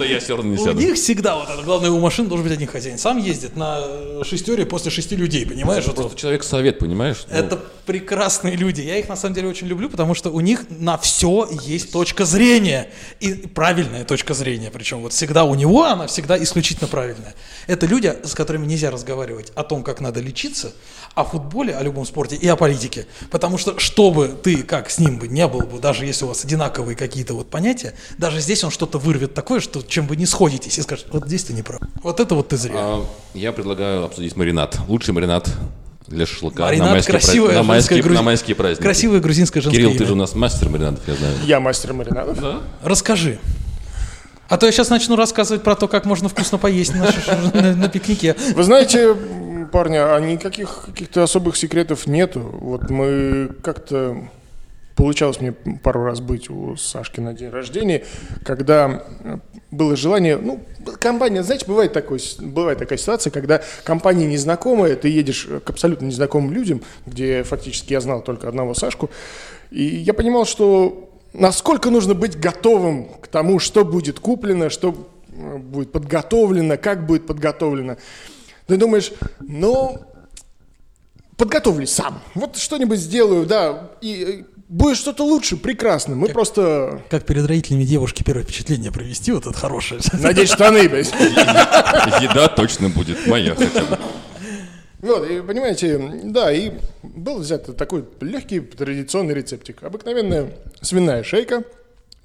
Speaker 3: Да я все равно не
Speaker 2: У
Speaker 3: сяду.
Speaker 2: них всегда вот это, главное, у машин должен быть один хозяин. Сам ездит на э, шестере после шести людей, понимаешь? вот
Speaker 3: Просто
Speaker 2: вот.
Speaker 3: человек совет, понимаешь? Ну,
Speaker 2: Это прекрасные люди. Я их на самом деле очень люблю, потому что у них на все есть точка зрения. И правильная точка зрения. Причем вот всегда у него она всегда исключительно правильная. Это люди, с которыми нельзя разговаривать о том, как надо лечиться, о футболе, о любом спорте и о политике. Потому что что бы ты как с ним бы не был бы, даже если у вас одинаковые какие-то вот понятия, даже здесь он что-то вырвет такое, что чем вы не сходитесь и скажет, вот здесь ты не прав. Вот это вот ты зря.
Speaker 3: а, Я предлагаю обсудить маринад. Лучший маринад для шашлыка
Speaker 2: Маринад
Speaker 3: А, на майские, пра-
Speaker 2: красивая
Speaker 3: на майские,
Speaker 2: женская грузи-
Speaker 3: на майские праздники.
Speaker 2: Красивая грузинская женская
Speaker 3: Кирилл, ты же у нас мастер маринадов, я знаю.
Speaker 1: Я мастер маринадов.
Speaker 2: Расскажи. А то я сейчас начну рассказывать про то, как можно вкусно поесть на, шаш- на- на пикнике.
Speaker 1: Вы знаете, м, парни, а никаких каких-то особых секретов нету. Вот мы как-то... Получалось мне пару раз быть у Сашки на день рождения, когда э, было желание, ну, компания, знаете, бывает, такой, с- бывает такая ситуация, когда компания незнакомая, ты едешь э, к абсолютно незнакомым людям, где фактически я знал только одного Сашку, и я понимал, что насколько нужно быть готовым к тому, что будет куплено, что э, будет подготовлено, как будет подготовлено. Ты думаешь, ну, подготовлюсь сам. Вот что-нибудь сделаю, да, и э, будет что-то лучше, прекрасно. Мы просто...
Speaker 2: Как перед родителями девушки первое впечатление провести, вот это хорошее.
Speaker 1: Надеть штаны, блядь.
Speaker 3: Еда точно будет моя. Ну, хотя бы.
Speaker 1: Вот, и, понимаете, да, и был взят такой легкий традиционный рецептик. Обыкновенная свиная шейка,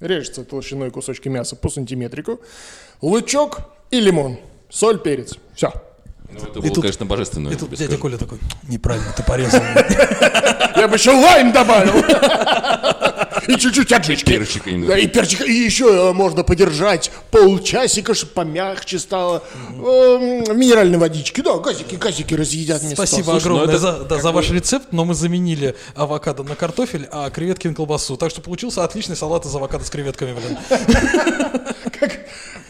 Speaker 1: режется толщиной кусочки мяса по сантиметрику, лучок и лимон, соль, перец. Все.
Speaker 3: Ну, Это было,
Speaker 2: тут-
Speaker 3: конечно, божественно.
Speaker 2: И
Speaker 3: я
Speaker 2: тут
Speaker 3: тебе
Speaker 2: дядя
Speaker 3: скажу.
Speaker 2: Коля такой, неправильно, ты порезал.
Speaker 1: Я бы еще лайм добавил. И чуть-чуть аджички.
Speaker 3: И перчика немного.
Speaker 1: Да, и перчика. И еще э, можно подержать полчасика, чтобы помягче стало. Эм, Минеральной водички. Да, газики, газики разъедят место.
Speaker 2: Спасибо
Speaker 1: Слушай, ну
Speaker 2: огромное
Speaker 3: это
Speaker 2: за, да, за ваш рецепт, но мы заменили авокадо на картофель, а креветки на колбасу. Так что получился отличный салат из авокадо с креветками, блин.
Speaker 1: Как-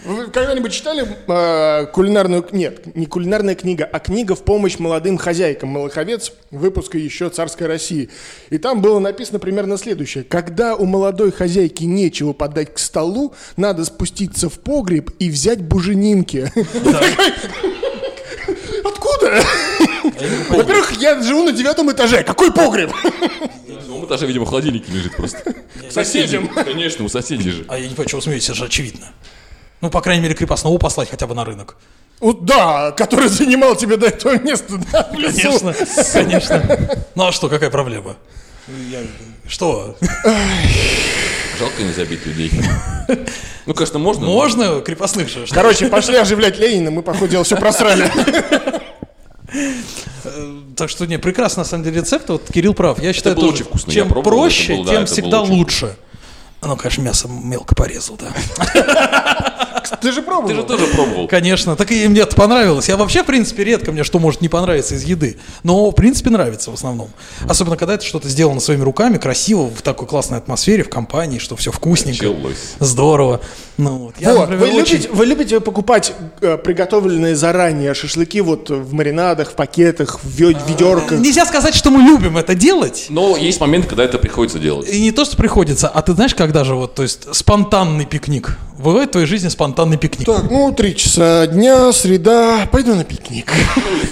Speaker 1: Вы когда-нибудь читали э, кулинарную... к- Нет, не кулинарная книга, а книга в помощь молодым хозяйкам. Молоковец, выпуска еще царской России. И там было написано примерно следующее. Когда у молодой хозяйки нечего подать к столу, надо спуститься в погреб и взять буженинки. Откуда?
Speaker 2: А
Speaker 1: Во-первых, я живу на девятом этаже. Какой погреб?
Speaker 3: На седьмом этаже, Ну, видимо, в холодильнике лежит просто. К
Speaker 1: соседям.
Speaker 3: Конечно, у соседей же.
Speaker 2: А я не понимаю, чего вы смеетесь, это же очевидно. Ну, по крайней мере, крепостного послать хотя бы на рынок.
Speaker 1: Вот Да, который занимал тебе до этого место. да, в лесу.
Speaker 2: Конечно, конечно. Ну а что, какая проблема? Что?
Speaker 3: Жалко не забить людей. Ну, конечно, можно. но-
Speaker 2: Можно крепостных же? что?
Speaker 1: Короче, пошли оживлять Ленина, мы, походу, дело все просрали.
Speaker 2: Э, Так что, не, прекрасно, на самом деле, рецепт. Вот Кирилл прав. Я считаю,
Speaker 3: было
Speaker 2: тоже,
Speaker 3: очень вкусно, я
Speaker 2: чем
Speaker 3: пробовал, это
Speaker 2: проще,
Speaker 3: было, да,
Speaker 2: тем
Speaker 3: это было
Speaker 2: всегда
Speaker 3: очень
Speaker 2: лучше. Ну, конечно, мясо мелко порезал, да.
Speaker 1: Ты же пробовал.
Speaker 3: Ты же тоже пробовал.
Speaker 2: Конечно, так и мне это понравилось. Я вообще, в принципе, редко мне что может не понравиться из еды. Но, в принципе, нравится в основном. Особенно, когда это что-то сделано своими руками, красиво, в такой классной атмосфере, в компании, что все вкусненько.
Speaker 3: Началось.
Speaker 2: Здорово. Ну, вот. Я,
Speaker 1: Вот,
Speaker 2: например,
Speaker 1: вы,
Speaker 2: очень-
Speaker 1: любите, вы любите покупать э, приготовленные заранее шашлыки вот в маринадах, в пакетах, в вё- ведерках?
Speaker 2: Нельзя сказать, что мы любим это делать.
Speaker 3: Но есть момент, когда это приходится делать.
Speaker 2: И не то, что приходится, а ты знаешь, когда же вот, то есть, спонтанный пикник. Бывает в твоей жизни спонтанный пикник.
Speaker 1: Так, ну, три часа дня, среда, пойду на пикник.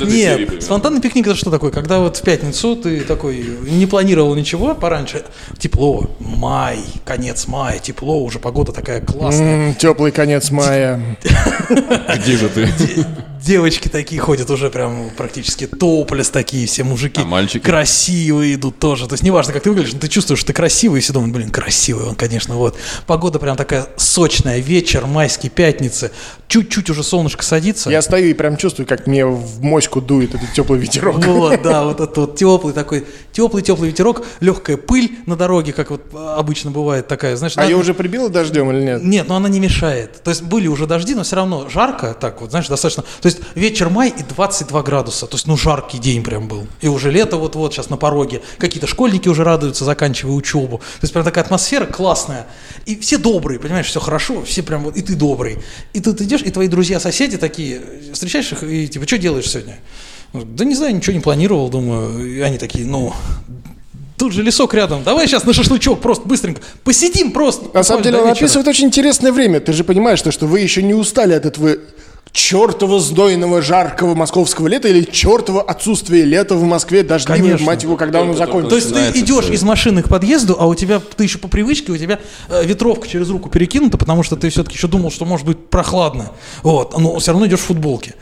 Speaker 2: Нет, спонтанный пикник это что такое? Когда вот в пятницу ты такой не планировал ничего пораньше, тепло, май, конец мая, тепло, уже погода такая классная.
Speaker 1: Теплый конец мая.
Speaker 3: Где же ты?
Speaker 2: Девочки такие ходят уже прям практически топлес такие, все мужики
Speaker 3: А мальчики?
Speaker 2: красивые идут тоже. То есть неважно, как ты выглядишь, но ты чувствуешь, что ты красивый, и все думают, блин, красивый он, конечно, вот. Погода прям такая сочная, вечер, майские пятницы, чуть-чуть уже солнышко садится.
Speaker 1: Я стою и прям чувствую, как мне в моську дует этот теплый ветерок.
Speaker 3: Ну,
Speaker 2: Вот, да, вот этот вот теплый такой, теплый-теплый ветерок, легкая пыль на дороге, как вот а, обычно бывает такая, знаешь.
Speaker 1: А
Speaker 2: на-
Speaker 1: ее уже прибило дождем или нет?
Speaker 2: Нет, но она не мешает. То есть были уже дожди, но все равно жарко, так вот, знаешь, достаточно. То есть вечер май и 22 градуса, то есть ну жаркий день прям был. И уже лето вот-вот сейчас на пороге. Какие-то школьники уже радуются, заканчивая учебу. То есть прям такая атмосфера классная. И все добрые, понимаешь, все хорошо, все прям вот, и ты добрый. И тут идешь, и твои друзья-соседи такие, встречаешь их, и типа, что делаешь сегодня? Ну, Да не знаю, ничего не планировал, думаю. И они такие, ну, Тут же лесок рядом. Давай сейчас на шашлычок просто быстренько. Посидим просто.
Speaker 1: На самом
Speaker 2: буквально
Speaker 1: деле
Speaker 2: до
Speaker 1: он
Speaker 2: вечера».
Speaker 1: описывает очень интересное время. Ты же понимаешь, то, что вы еще не устали от этого чертова знойного жаркого московского лета или чертова отсутствия лета в Москве, дождливого,
Speaker 2: Конечно.
Speaker 1: мать его, когда он
Speaker 3: Только-только
Speaker 1: закончится.
Speaker 2: То есть ты
Speaker 3: Начинается
Speaker 2: идешь
Speaker 3: всё.
Speaker 2: из машины к подъезду, а у тебя, ты еще по привычке, у тебя э, ветровка через руку перекинута, потому что ты все-таки еще думал, что может быть прохладно. Вот, но все равно идешь в футболке.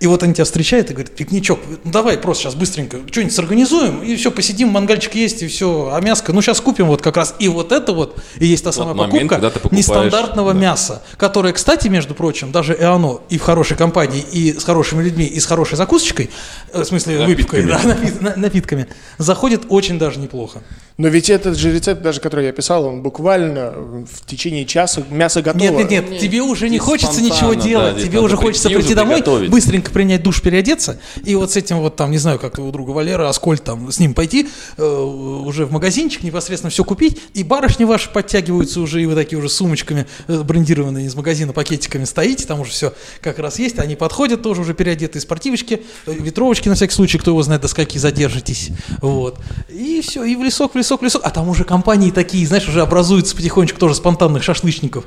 Speaker 2: И вот они тебя встречают и говорят, пикничок, ну давай просто сейчас быстренько что-нибудь сорганизуем, и все, посидим, мангальчик есть, и все, а мяско, ну сейчас купим вот как раз. И вот это вот, и есть та самая
Speaker 3: момент,
Speaker 2: покупка
Speaker 3: когда ты покупаешь,
Speaker 2: нестандартного
Speaker 3: да.
Speaker 2: мяса, которое, кстати, между прочим, даже и оно и в хорошей компании, и с хорошими людьми, и с хорошей закусочкой, э, в смысле выпивкой, да,
Speaker 3: Напитками.
Speaker 2: напит- на- напитками, заходит очень даже неплохо.
Speaker 1: Но ведь этот же рецепт, даже который я писал, он буквально в течение часа мясо готово.
Speaker 2: Нет, нет, нет,
Speaker 3: Ну, Нет,
Speaker 2: тебе уже не
Speaker 3: здесь
Speaker 2: хочется
Speaker 3: спонтанно,
Speaker 2: ничего
Speaker 3: да,
Speaker 2: делать,
Speaker 3: здесь
Speaker 2: тебе
Speaker 3: надо
Speaker 2: уже
Speaker 3: прийти,
Speaker 2: хочется
Speaker 3: уже
Speaker 2: прийти домой,
Speaker 3: приготовить.
Speaker 2: быстренько принять душ, переодеться, и вот с этим вот там, не знаю, как у друга Валера, Аскольд там, с ним пойти э, уже в магазинчик, непосредственно все купить, и барышни ваши подтягиваются уже, и вы такие уже сумочками э, брендированные из магазина пакетиками стоите, там уже все как раз есть, они подходят тоже уже переодетые спортивочки, э, ветровочки на всякий случай, кто его знает, до скольки задержитесь, вот, и все, и в лесок, в лесок, в лесок, а там уже компании такие, знаешь, уже образуются потихонечку тоже спонтанных шашлычников,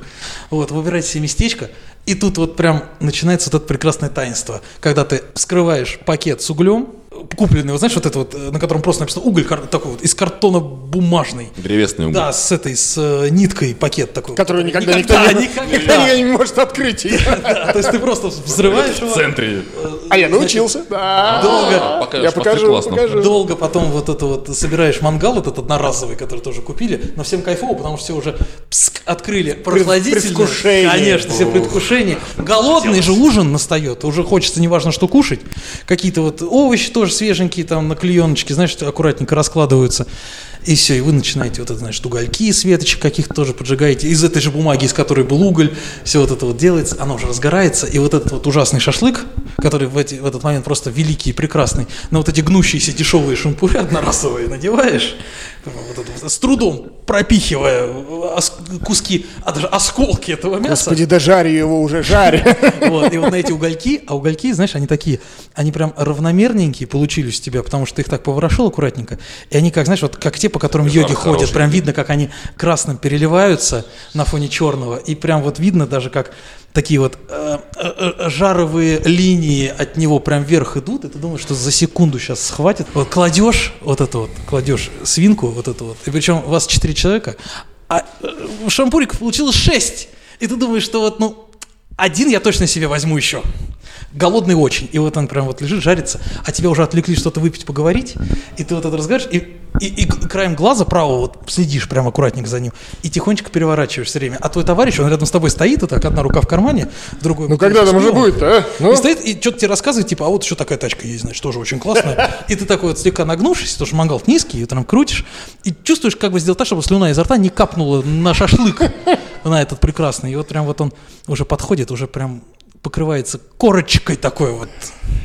Speaker 2: вот, выбирайте себе местечко, и тут вот прям начинается вот это прекрасное таинство, когда ты вскрываешь пакет с углем, купленный, вот знаешь, вот это вот, э, на котором просто написано уголь, кар- такой вот, из картона бумажный,
Speaker 3: Древесный угол.
Speaker 2: да, с этой, с э, ниткой пакет такой.
Speaker 1: Который никогда, никто, не, никогда не может открыть.
Speaker 2: Да, то есть ты просто взрываешь
Speaker 3: В
Speaker 2: его,
Speaker 3: центре.
Speaker 1: А я научился. Да.
Speaker 2: долго,
Speaker 1: Я покажу,
Speaker 3: мастер-класс нам.
Speaker 1: покажу.
Speaker 2: долго потом вот это вот собираешь мангал этот одноразовый, который тоже купили, но всем кайфово, потому что все уже пск, открыли
Speaker 1: предвкушении.
Speaker 2: прохладительные. Конечно, все предвкушение. Голодный же ужин настает, уже хочется неважно что кушать. Какие-то вот овощи тоже свеженькие там на клееночке, знаешь, аккуратненько раскладываются. И все, и вы начинаете вот это, значит, угольки из веточек каких-то тоже поджигаете, из этой же бумаги, из которой был уголь, все вот это вот делается, оно уже разгорается, и вот этот вот ужасный шашлык, который в, эти, в этот момент просто великий и прекрасный, на вот эти гнущиеся дешевые шампуры одноразовые надеваешь, вот это вот, с трудом пропихивая ос- куски, а даже осколки этого мяса.
Speaker 1: Господи, да жарь его уже, жарь.
Speaker 2: Вот, и вот на эти угольки, а угольки, знаешь, они такие, они прям равномерненькие получились у тебя, потому что ты их так поворошил аккуратненько, и они как, знаешь, вот как те, по которым
Speaker 3: Прям
Speaker 2: йоги
Speaker 3: хорошие.
Speaker 2: ходят, прям видно, как они красным переливаются на фоне черного, и прям вот видно даже, как такие вот э, э, э, жаровые линии от него прям вверх идут, и ты думаешь, что за секунду сейчас схватит. Вот кладешь вот это вот, кладешь свинку вот эту вот, и причем у вас четыре человека, а э, шампуриков получилось 6, и ты думаешь, что вот, ну, один я точно себе возьму еще. Голодный очень. И вот он прям вот лежит, жарится, а тебя уже отвлекли что-то выпить, поговорить, и ты вот это разговариваешь, и, и- и к- краем глаза правого вот следишь прям аккуратненько за ним, и тихонечко переворачиваешь все время. А твой товарищ, он рядом с тобой стоит, вот так, одна рука в кармане, другой...
Speaker 1: Ну когда там уже
Speaker 2: Ну,
Speaker 1: будет-то, а? Ну,
Speaker 2: и стоит, и что-то тебе рассказывает, типа, а вот еще такая тачка есть, значит, тоже очень классная. И ты такой вот слегка нагнувшись, потому что мангал низкий, и ты там крутишь, и чувствуешь, как бы сделать так, чтобы слюна изо рта не капнула на шашлык, на этот прекрасный. И вот прям вот он уже подходит, уже прям покрывается корочкой такой вот.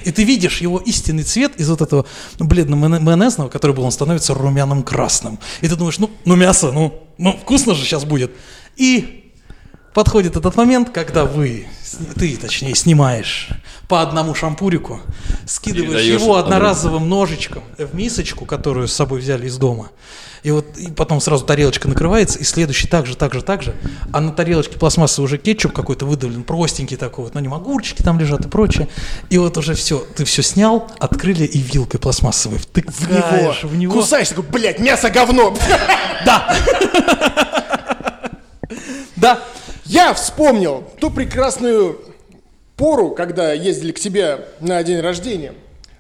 Speaker 2: И ты видишь его истинный цвет из вот этого бледно-майонезного, который был, он становится румяным-красным. И ты думаешь, ну, ну мясо, ну, ну вкусно же сейчас будет. И Подходит этот момент, когда вы, сни- ты точнее, снимаешь по одному шампурику, скидываешь
Speaker 3: Передаешь
Speaker 2: его
Speaker 3: одному.
Speaker 2: одноразовым ножичком в мисочку, которую с собой взяли из дома. И вот и потом сразу тарелочка накрывается, и следующий так же, так же, так же. А на тарелочке пластмассы уже кетчуп какой-то выдавлен, простенький такой вот, на нем огурчики там лежат и прочее. И вот уже все, ты все снял, открыли и вилкой пластмассовой
Speaker 1: в него.
Speaker 2: втыкаешь в него.
Speaker 1: Кусаешь, такой, блядь, мясо говно.
Speaker 2: Да! Да!
Speaker 1: Я вспомнил ту прекрасную пору, когда ездили к тебе на день рождения.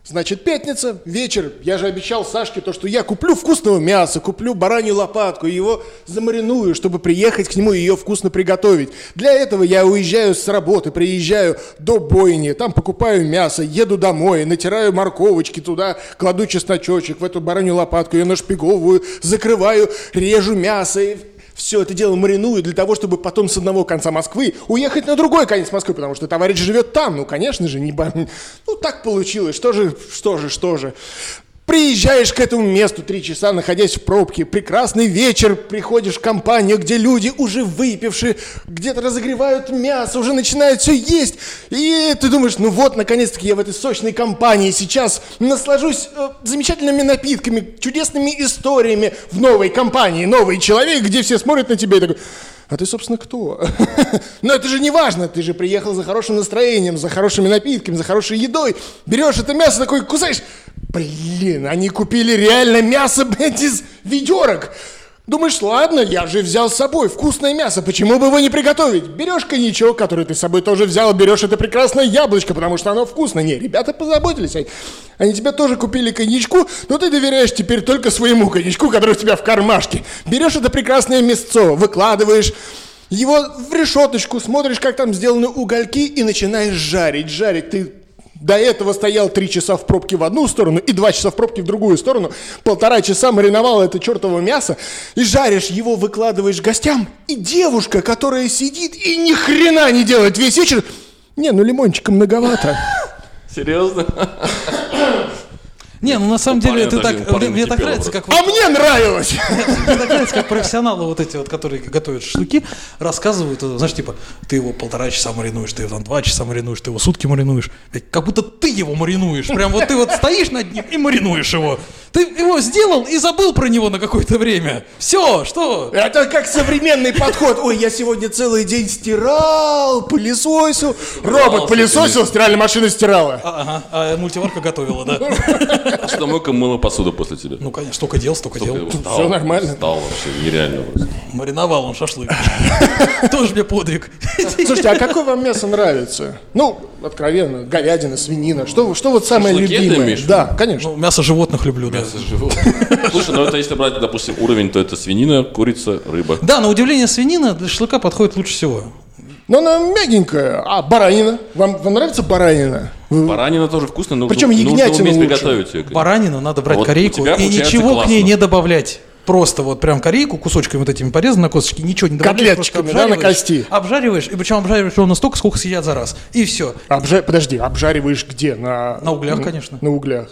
Speaker 1: Значит, пятница, вечер. Я же обещал Сашке то, что я куплю вкусного мяса, куплю баранью лопатку, его замариную, чтобы приехать к нему и ее вкусно приготовить. Для этого я уезжаю с работы, приезжаю до бойни, там покупаю мясо, еду домой, натираю морковочки туда, кладу чесночочек в эту баранью лопатку, ее нашпиговываю, закрываю, режу мясо и все это дело мариную для того, чтобы потом с одного конца Москвы уехать на другой конец Москвы, потому что товарищ живет там. Ну, конечно же, не... ба- Ну, так получилось. Что же, что же, что же. Приезжаешь к этому месту три часа, находясь в пробке. Прекрасный вечер. Приходишь в компанию, где люди уже выпившие, где-то разогревают мясо, уже начинают все есть. И ты думаешь, ну вот, наконец-таки я в этой сочной компании сейчас наслажусь э, замечательными напитками, чудесными историями в новой компании, новый человек, где все смотрят на тебя и такой... А ты, собственно, кто? Но это же не важно, ты же приехал за хорошим настроением, за хорошими напитками, за хорошей едой. Берешь это мясо, такой кусаешь. Блин, они купили реально мясо, блядь, из ведерок. Думаешь, ладно, я же взял с собой вкусное мясо, почему бы его не приготовить? Берешь коньячок, который ты с собой тоже взял, берешь это прекрасное яблочко, потому что оно вкусное. Не, ребята позаботились, они, они тебе тоже купили коньячку, но ты доверяешь теперь только своему коньячку, который у тебя в кармашке. Берешь это прекрасное мясцо, выкладываешь его в решеточку, смотришь, как там сделаны угольки, и начинаешь жарить, жарить. Ты до этого стоял три часа в пробке в одну сторону и два часа в пробке в другую сторону. Полтора часа мариновал это чертово мясо. И жаришь его, выкладываешь гостям. И девушка, которая сидит и ни хрена не делает весь вечер. Не, ну лимончика многовато.
Speaker 3: Серьезно?
Speaker 2: Не, ну на самом деле
Speaker 3: парня
Speaker 2: это
Speaker 3: даже-
Speaker 2: так,
Speaker 3: у парня
Speaker 2: мне так
Speaker 3: накипело
Speaker 2: нравится, как вы
Speaker 1: А мне нравилось!
Speaker 2: Мне так нравится, как профессионалы вот эти вот, которые готовят шашлыки, рассказывают, э, знаешь, типа, ты его полтора часа маринуешь, ты его там два часа маринуешь, ты его сутки маринуешь. Блядь, Как будто ты его маринуешь. Прям вот ты вот стоишь над ним и маринуешь его. Ты его сделал и забыл про него на какое-то время. Все, что?
Speaker 1: Это как современный подход. Ой, я сегодня целый день стирал, пылесосил. Робот пылесосил, стиральная машина стирала.
Speaker 2: Ага, а мультиварка готовила, да.
Speaker 3: Что мойка мыла посуду после тебя?
Speaker 2: Ну, конечно, столько дел, столько дел.
Speaker 1: всё нормально.
Speaker 3: Стал вообще нереально просто.
Speaker 2: Мариновал он шашлык. Тоже мне подвиг.
Speaker 1: Слушайте, а какое вам мясо нравится? Ну, откровенно, говядина, свинина. Что, что вот самое
Speaker 3: Шашлыки ты
Speaker 1: любимое?
Speaker 3: имеешь в виду?
Speaker 1: Да, конечно.
Speaker 2: Ну, мясо животных люблю, да.
Speaker 3: Слушай, ну это если брать, допустим, уровень, то это свинина, курица, рыба.
Speaker 2: Да, на удивление свинина для шашлыка подходит лучше всего.
Speaker 1: Но она мягенькая. А баранина? Вам, вам нравится баранина? Вы-
Speaker 3: Баранина тоже вкусная, но
Speaker 1: Причем
Speaker 3: нужно
Speaker 1: Э. ягнятина
Speaker 3: уметь
Speaker 1: лучше.
Speaker 3: приготовить ее. конечно.
Speaker 2: Баранину надо брать
Speaker 3: А Вот у
Speaker 2: корейку
Speaker 3: тебя
Speaker 2: и
Speaker 3: получается
Speaker 2: ничего к ней
Speaker 3: классно.
Speaker 2: не добавлять. Просто вот прям корейку кусочками вот этими порезаны на косточки, ничего не добавляешь. просто
Speaker 1: Котлеточками, да, на
Speaker 2: обжариваешь,
Speaker 1: кости.
Speaker 2: Обжариваешь, и причем обжариваешь ровно столько, сколько съедят за раз. И все.
Speaker 1: Обжа- Подожди, обжариваешь где? На,
Speaker 2: На углях, конечно.
Speaker 1: На углях.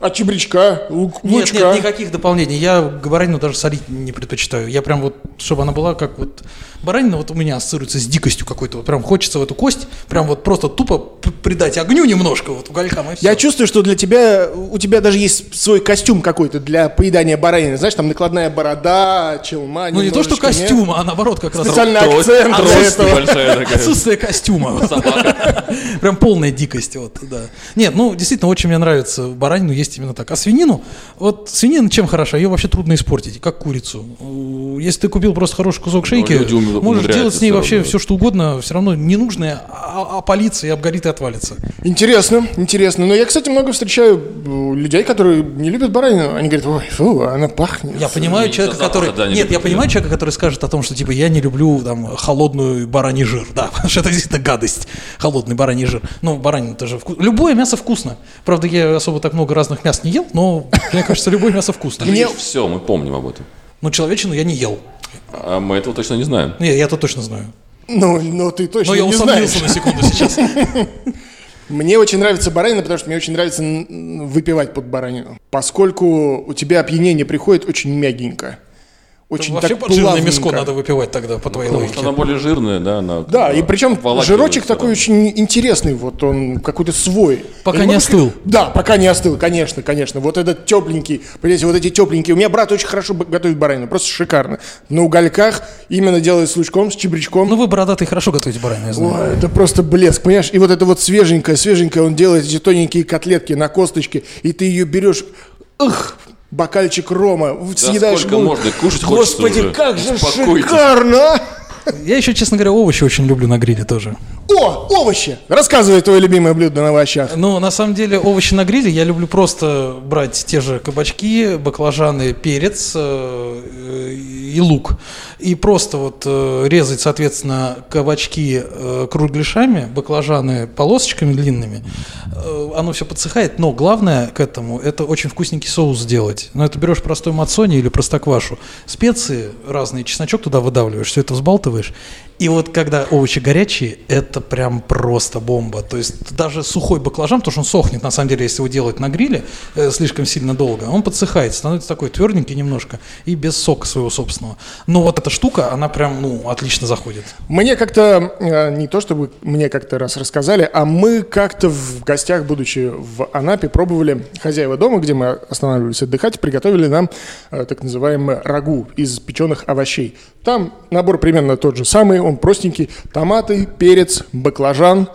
Speaker 1: А чебречка, лук,
Speaker 2: Нет,
Speaker 1: лучка.
Speaker 2: нет, никаких дополнений. Я к баранину даже солить не предпочитаю. Я прям вот, чтобы она была как вот... Баранина вот у меня ассоциируется с дикостью какой-то. Вот прям хочется в эту кость прям вот просто тупо п- придать огню немножко, вот уголькам и всё.
Speaker 1: Я чувствую, что для тебя, у тебя даже есть свой костюм какой-то для поедания баранины. Знаешь, там накладная борода, челма.
Speaker 2: Ну не то, что
Speaker 1: немножечко, нет?
Speaker 2: костюм, а наоборот как раз...
Speaker 1: Специально
Speaker 3: Трость,
Speaker 1: акцент для
Speaker 3: трость
Speaker 1: этого.
Speaker 3: небольшая такая.
Speaker 2: Отсутствие костюма.
Speaker 3: Собака.
Speaker 2: Прям полная дикость, вот, да. Нет, ну, действительно, очень мне нравится баранину, есть именно так. А свинину, вот свинина чем хороша? Ее вообще трудно испортить, как курицу. У- Если ты купил просто хороший кусок шейки,
Speaker 3: Ну, люди уму-
Speaker 2: можешь
Speaker 3: умудряются
Speaker 2: делать с ней
Speaker 3: всё
Speaker 2: вообще
Speaker 3: равно.
Speaker 2: все, что угодно, все равно ненужное а- опалится и обгорит и отвалится.
Speaker 1: Интересно, интересно. Но я, кстати, много встречаю э, людей, которые не любят баранину. Они говорят, ой, фу, она пахнет.
Speaker 2: Я понимаю
Speaker 3: из-за
Speaker 2: человека,
Speaker 3: запаха,
Speaker 2: который...
Speaker 3: да, не
Speaker 2: Нет, я
Speaker 3: люблю.
Speaker 2: понимаю человека, который скажет о том, что, типа, я не люблю, там, холодную бараний жир, да, потому что это действительно гадость, холодный бараний жир. Ну, баранина тоже вкусно. Любое мясо вкусно. Правда, я особо так много разных мяс не ел, но, мне кажется, любое мясо вкусно.
Speaker 1: Мне-
Speaker 3: Все, мы помним об этом.
Speaker 2: Но человечину я не ел.
Speaker 3: А мы этого точно не знаем.
Speaker 2: Не, я это точно знаю.
Speaker 1: Ну, но ты точно
Speaker 2: Но я
Speaker 1: не
Speaker 2: усомнился
Speaker 1: знаешь.
Speaker 2: на секунду сейчас.
Speaker 1: Мне очень нравится баранина, потому что мне очень нравится м, выпивать под баранину. Поскольку у тебя опьянение приходит очень мягенько. Очень
Speaker 2: Вообще
Speaker 1: так
Speaker 2: под жирное
Speaker 1: плавненько.
Speaker 2: мяско надо выпивать тогда, по твоей
Speaker 3: Ну, Потому что она
Speaker 2: логике.
Speaker 3: более жирная, да, она.
Speaker 1: Ну, Да,
Speaker 3: как
Speaker 1: и
Speaker 3: бы
Speaker 1: причем
Speaker 3: обволакивает
Speaker 1: жирочек
Speaker 3: всё
Speaker 1: такой
Speaker 3: равно.
Speaker 1: очень интересный, вот он какой-то свой.
Speaker 2: Пока
Speaker 1: Я
Speaker 2: не
Speaker 1: могу-
Speaker 2: остыл.
Speaker 1: Да, пока не остыл, конечно, конечно. Вот этот тепленький, понимаете, вот эти тепленькие. У меня брат очень хорошо б- готовит баранину, просто шикарно. На угольках именно делает с лучком, с чебрячком.
Speaker 2: Ну, вы, бородатый, хорошо готовите баранину, я знаю.
Speaker 1: Ой, это просто блеск, понимаешь? И вот это вот свеженькое, свеженькое, он делает эти тоненькие котлетки на косточке, и ты ее берешь, эх, бокальчик рома, в- съедаешь.
Speaker 3: сколько
Speaker 1: ну,
Speaker 3: можно, кушать хочется
Speaker 1: Господи,
Speaker 3: уже.
Speaker 1: как же
Speaker 3: Успокойтесь.
Speaker 1: шикарно! а!
Speaker 2: Я еще, честно говоря, овощи очень люблю на гриле тоже.
Speaker 1: О, овощи! Рассказывай твое любимое блюдо на овощах.
Speaker 2: Ну, на самом деле, овощи на гриле я люблю просто брать те же кабачки, баклажаны, перец э, э, и лук. И просто вот э, резать, соответственно, кабачки э, кругляшами, баклажаны полосочками длинными. Э, Оно все подсыхает, но главное к этому – это очень вкусненький соус сделать. Но это берешь простой мацони или простоквашу, специи разные, чесночок туда выдавливаешь, все это взбалтываешь. И вот когда овощи горячие, это прям просто бомба. То есть даже сухой баклажан, потому что он сохнет, на самом деле, если его делать на гриле э, слишком сильно долго, он подсыхает, становится такой тверденький немножко и без сока своего собственного. Но вот эта штука, она прям, ну, отлично заходит.
Speaker 1: Мне как-то, э, не то чтобы мне как-то раз рассказали, а мы как-то в гостях, будучи в Анапе, пробовали хозяева дома, где мы останавливались отдыхать, приготовили нам э, так называемое рагу из печеных овощей. Там набор примерно тот же самый, он простенький. Томаты, перец, баклажан.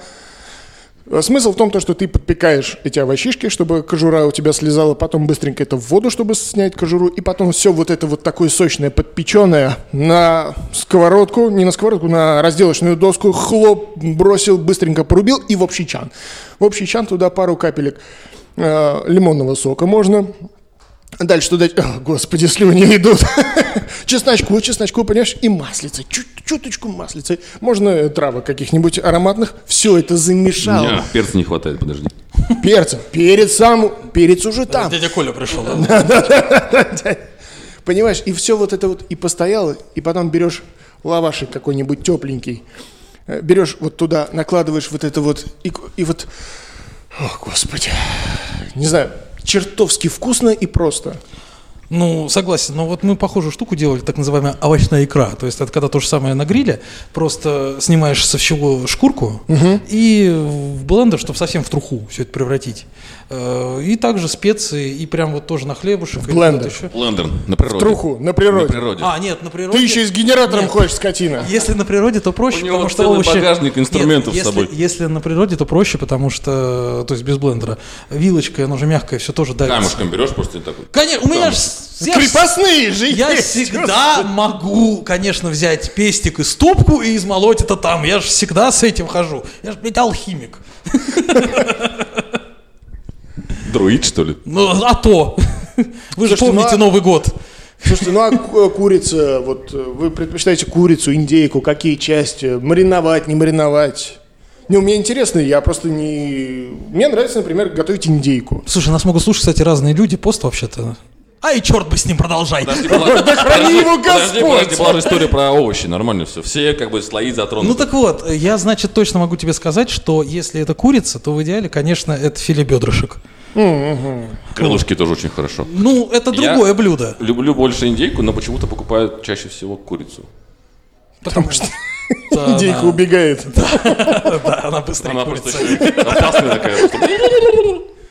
Speaker 1: Э, Смысл в том, то, что ты подпекаешь эти овощишки, чтобы кожура у тебя слезала, потом быстренько это в воду, чтобы снять кожуру, и потом все вот это вот такое сочное, подпеченное на сковородку, не на сковородку, на разделочную доску, хлоп, бросил, быстренько порубил и в общий чан. В общий чан туда пару капелек э, лимонного сока можно, Дальше туда... О, господи, слюни идут. чесночку, чесночку, понимаешь, и маслица. Чуть, чуточку маслицы. Можно э, травок каких-нибудь ароматных. Все это замешало.
Speaker 3: Мне перца не хватает, подожди.
Speaker 1: Перца. Перец сам, перец уже там.
Speaker 2: Дядя Коля пришел.
Speaker 1: Понимаешь, и все вот это вот и постояло, и потом берешь лавашик какой-нибудь тепленький, э, берешь вот туда, накладываешь вот это вот, и, к- и вот, о, господи, не знаю, чертовски вкусно и просто.
Speaker 2: Ну, согласен, но вот мы похожую штуку делали, так называемая овощная икра. То есть это когда то же самое на гриле, просто снимаешь со всего шкурку и в блендер, чтобы совсем в труху все это превратить. Э, И также специи, и прям вот тоже на хлебушек. или
Speaker 1: блендер.
Speaker 2: куда-то ещё.
Speaker 3: Лендер, на природе.
Speaker 1: Труху на природе.
Speaker 3: На природе.
Speaker 2: А, нет, на
Speaker 1: Ты
Speaker 2: природе.
Speaker 1: еще и с генератором
Speaker 2: Нет.
Speaker 1: ходишь, скотина.
Speaker 2: Если на природе, то проще,
Speaker 3: У него
Speaker 2: потому что
Speaker 3: целый
Speaker 2: овощи...
Speaker 3: багажник инструментов
Speaker 2: Нет,
Speaker 3: с собой.
Speaker 2: Если, если на природе, то проще, потому что, то есть без блендера. Вилочка, она же мягкая, все тоже давится.
Speaker 3: Камушком берешь просто и такой.
Speaker 2: Конечно, у меня
Speaker 3: Там.
Speaker 2: же... я ж-
Speaker 1: Крепостные же
Speaker 2: Я
Speaker 1: есть.
Speaker 2: всегда могу, конечно, взять пестик и ступку и измолоть это там. Я же всегда с этим хожу. Я же, блядь, алхимик.
Speaker 3: Друид, что ли?
Speaker 2: Ну, а то. Вы же
Speaker 1: Слушайте, ну,
Speaker 2: помните
Speaker 1: а-
Speaker 2: Новый год.
Speaker 1: Слушайте, ну а ку- э, курица, вот э, вы предпочитаете курицу, индейку, какие части? Мариновать, не мариновать? Не, у меня интересно, я просто не... Мне нравится, например, готовить индейку.
Speaker 2: Слушай, нас могут слушать, кстати, разные люди. Пост вообще-то. А и черт бы с ним продолжай.
Speaker 3: Подожди, была-
Speaker 1: Да храни его
Speaker 3: подожди, подожди,
Speaker 1: Господь!
Speaker 3: была же история про овощи, нормально все. Все как бы слои затронуты.
Speaker 2: Ну так вот, я, значит, точно могу тебе сказать, что если это курица, то в идеале, конечно, это филе бедрышек.
Speaker 3: Крылышки тоже очень хорошо.
Speaker 2: Ну, это
Speaker 3: Я-
Speaker 2: другое блюдо.
Speaker 3: Люблю больше индейку, но почему-то покупают чаще всего курицу.
Speaker 2: Потому что
Speaker 1: Индейка убегает.
Speaker 2: да, она быстрее
Speaker 3: Она просто
Speaker 2: курица.
Speaker 3: очень опасная такая. просто.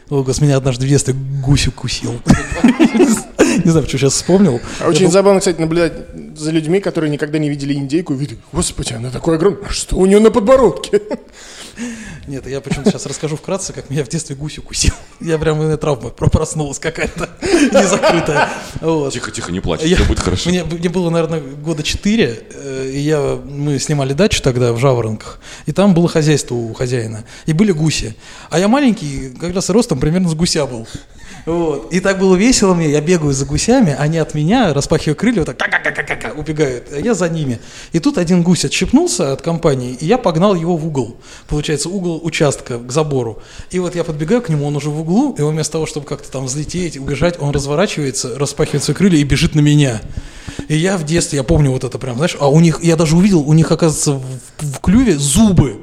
Speaker 2: О, гос, меня однажды в детстве гусь укусил. Не знаю, почему сейчас вспомнил.
Speaker 1: А очень забавно, кстати, наблюдать за людьми, которые никогда не видели индейку, и видят, господи, она такой огромная, а что у нее на подбородке?
Speaker 2: Нет, я почему-то сейчас расскажу вкратце, как меня в детстве гусь укусил. Я прям, у меня травма про- проснулась какая-то незакрытая. Вот.
Speaker 3: Тихо, тихо, не плачь,
Speaker 2: Я-
Speaker 3: все будет хорошо.
Speaker 2: Мне, мне было, наверное, года 4, э, и я, мы снимали дачу тогда в Жаворонках, и там было хозяйство у хозяина, и были гуси. А я маленький, как раз ростом примерно с гуся был. Вот. И так было весело мне, я бегаю за гусями, они от меня, распахивая крылья, вот так ка-ка-ка-ка-ка, убегают, а я за ними. И тут один гусь отщепнулся от компании, и я погнал его в угол. Получается, угол участка к забору. И вот я подбегаю к нему, он уже в углу, и он вместо того, чтобы как-то там взлететь, убежать, он разворачивается, распахивает свои крылья и бежит на меня. И я в детстве, я помню вот это прям, знаешь, а у них, я даже увидел, у них, оказывается, в, в клюве зубы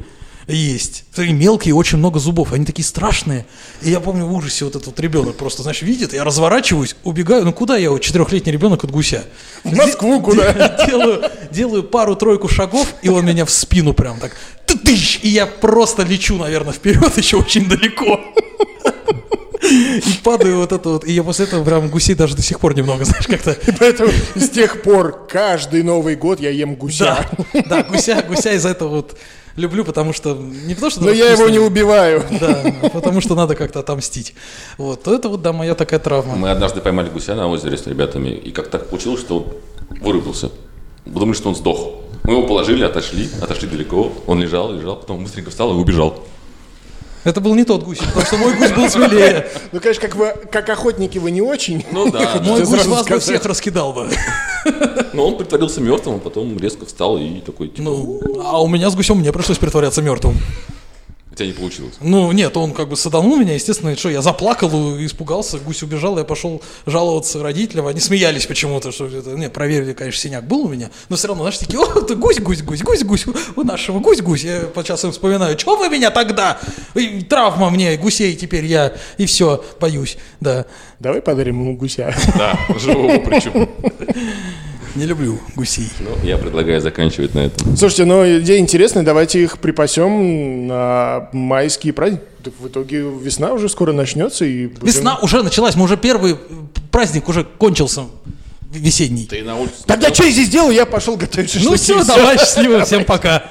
Speaker 2: есть. Такие мелкие, очень много зубов. Они такие страшные. И я помню в ужасе вот этот вот ребенок просто, знаешь, видит, я разворачиваюсь, убегаю. Ну куда я, вот четырехлетний ребенок от гуся?
Speaker 1: В Москву куда?
Speaker 2: делаю, делаю пару-тройку шагов, и он меня в спину прям так тыщ, и я просто лечу, наверное, вперед еще очень далеко. И падаю вот это вот. И я после этого прям гусей даже до сих пор немного, знаешь, как-то...
Speaker 1: Поэтому с тех пор каждый Новый год я ем гуся.
Speaker 2: Да, да, гуся, гуся из-за этого вот люблю, потому что... Не потому что...
Speaker 1: Но
Speaker 2: даже
Speaker 1: я его
Speaker 2: вкусно,
Speaker 1: не убиваю.
Speaker 2: Да, потому что надо как-то отомстить. Вот, то это вот, да, моя такая травма.
Speaker 3: Мы однажды поймали гуся на озере с ребятами, и как так получилось, что он вырубился. Думали, что он сдох. Мы его положили, отошли, отошли далеко. Он лежал, лежал, потом быстренько встал и убежал.
Speaker 2: Это был не тот гусь, потому что мой гусь был смелее.
Speaker 1: Ну, конечно, как, вы, как охотники вы не очень.
Speaker 3: Ну да, да.
Speaker 2: Мой
Speaker 1: Ты
Speaker 2: гусь
Speaker 1: сразу
Speaker 2: вас бы
Speaker 1: сказал.
Speaker 2: всех раскидал бы.
Speaker 3: но он притворился мертвым, а потом резко встал и такой, типа,
Speaker 2: Ну, а у меня с гусем мне пришлось притворяться мертвым.
Speaker 3: у тебя не получилось.
Speaker 2: Ну, нет, он как бы саданул меня, естественно, и что, я заплакал, и испугался, гусь убежал, я пошел жаловаться родителям, они смеялись почему-то, что это, не, проверили, конечно, синяк был у меня, но все равно, знаешь, такие, о, это гусь, гусь, гусь, гусь, гусь, у нашего гусь, гусь, я сейчас им вспоминаю, что вы меня тогда, И травма мне, гусей теперь я, и все, боюсь, да,
Speaker 1: Давай подарим ему гуся.
Speaker 3: Да, живого причем.
Speaker 2: не люблю гусей.
Speaker 3: Ну, я предлагаю заканчивать на этом.
Speaker 1: Слушайте, ну идея интересная, давайте их припасем на майские праздники. Так в итоге весна уже скоро начнется и будем-
Speaker 2: Весна уже началась, мы уже первый праздник уже кончился, весенний.
Speaker 3: Ты на улицу.
Speaker 1: Тогда что я здесь делал? Я пошел готовить шашлыки.
Speaker 2: Ну все,
Speaker 1: Всё.
Speaker 2: давай, счастливо, всем пока.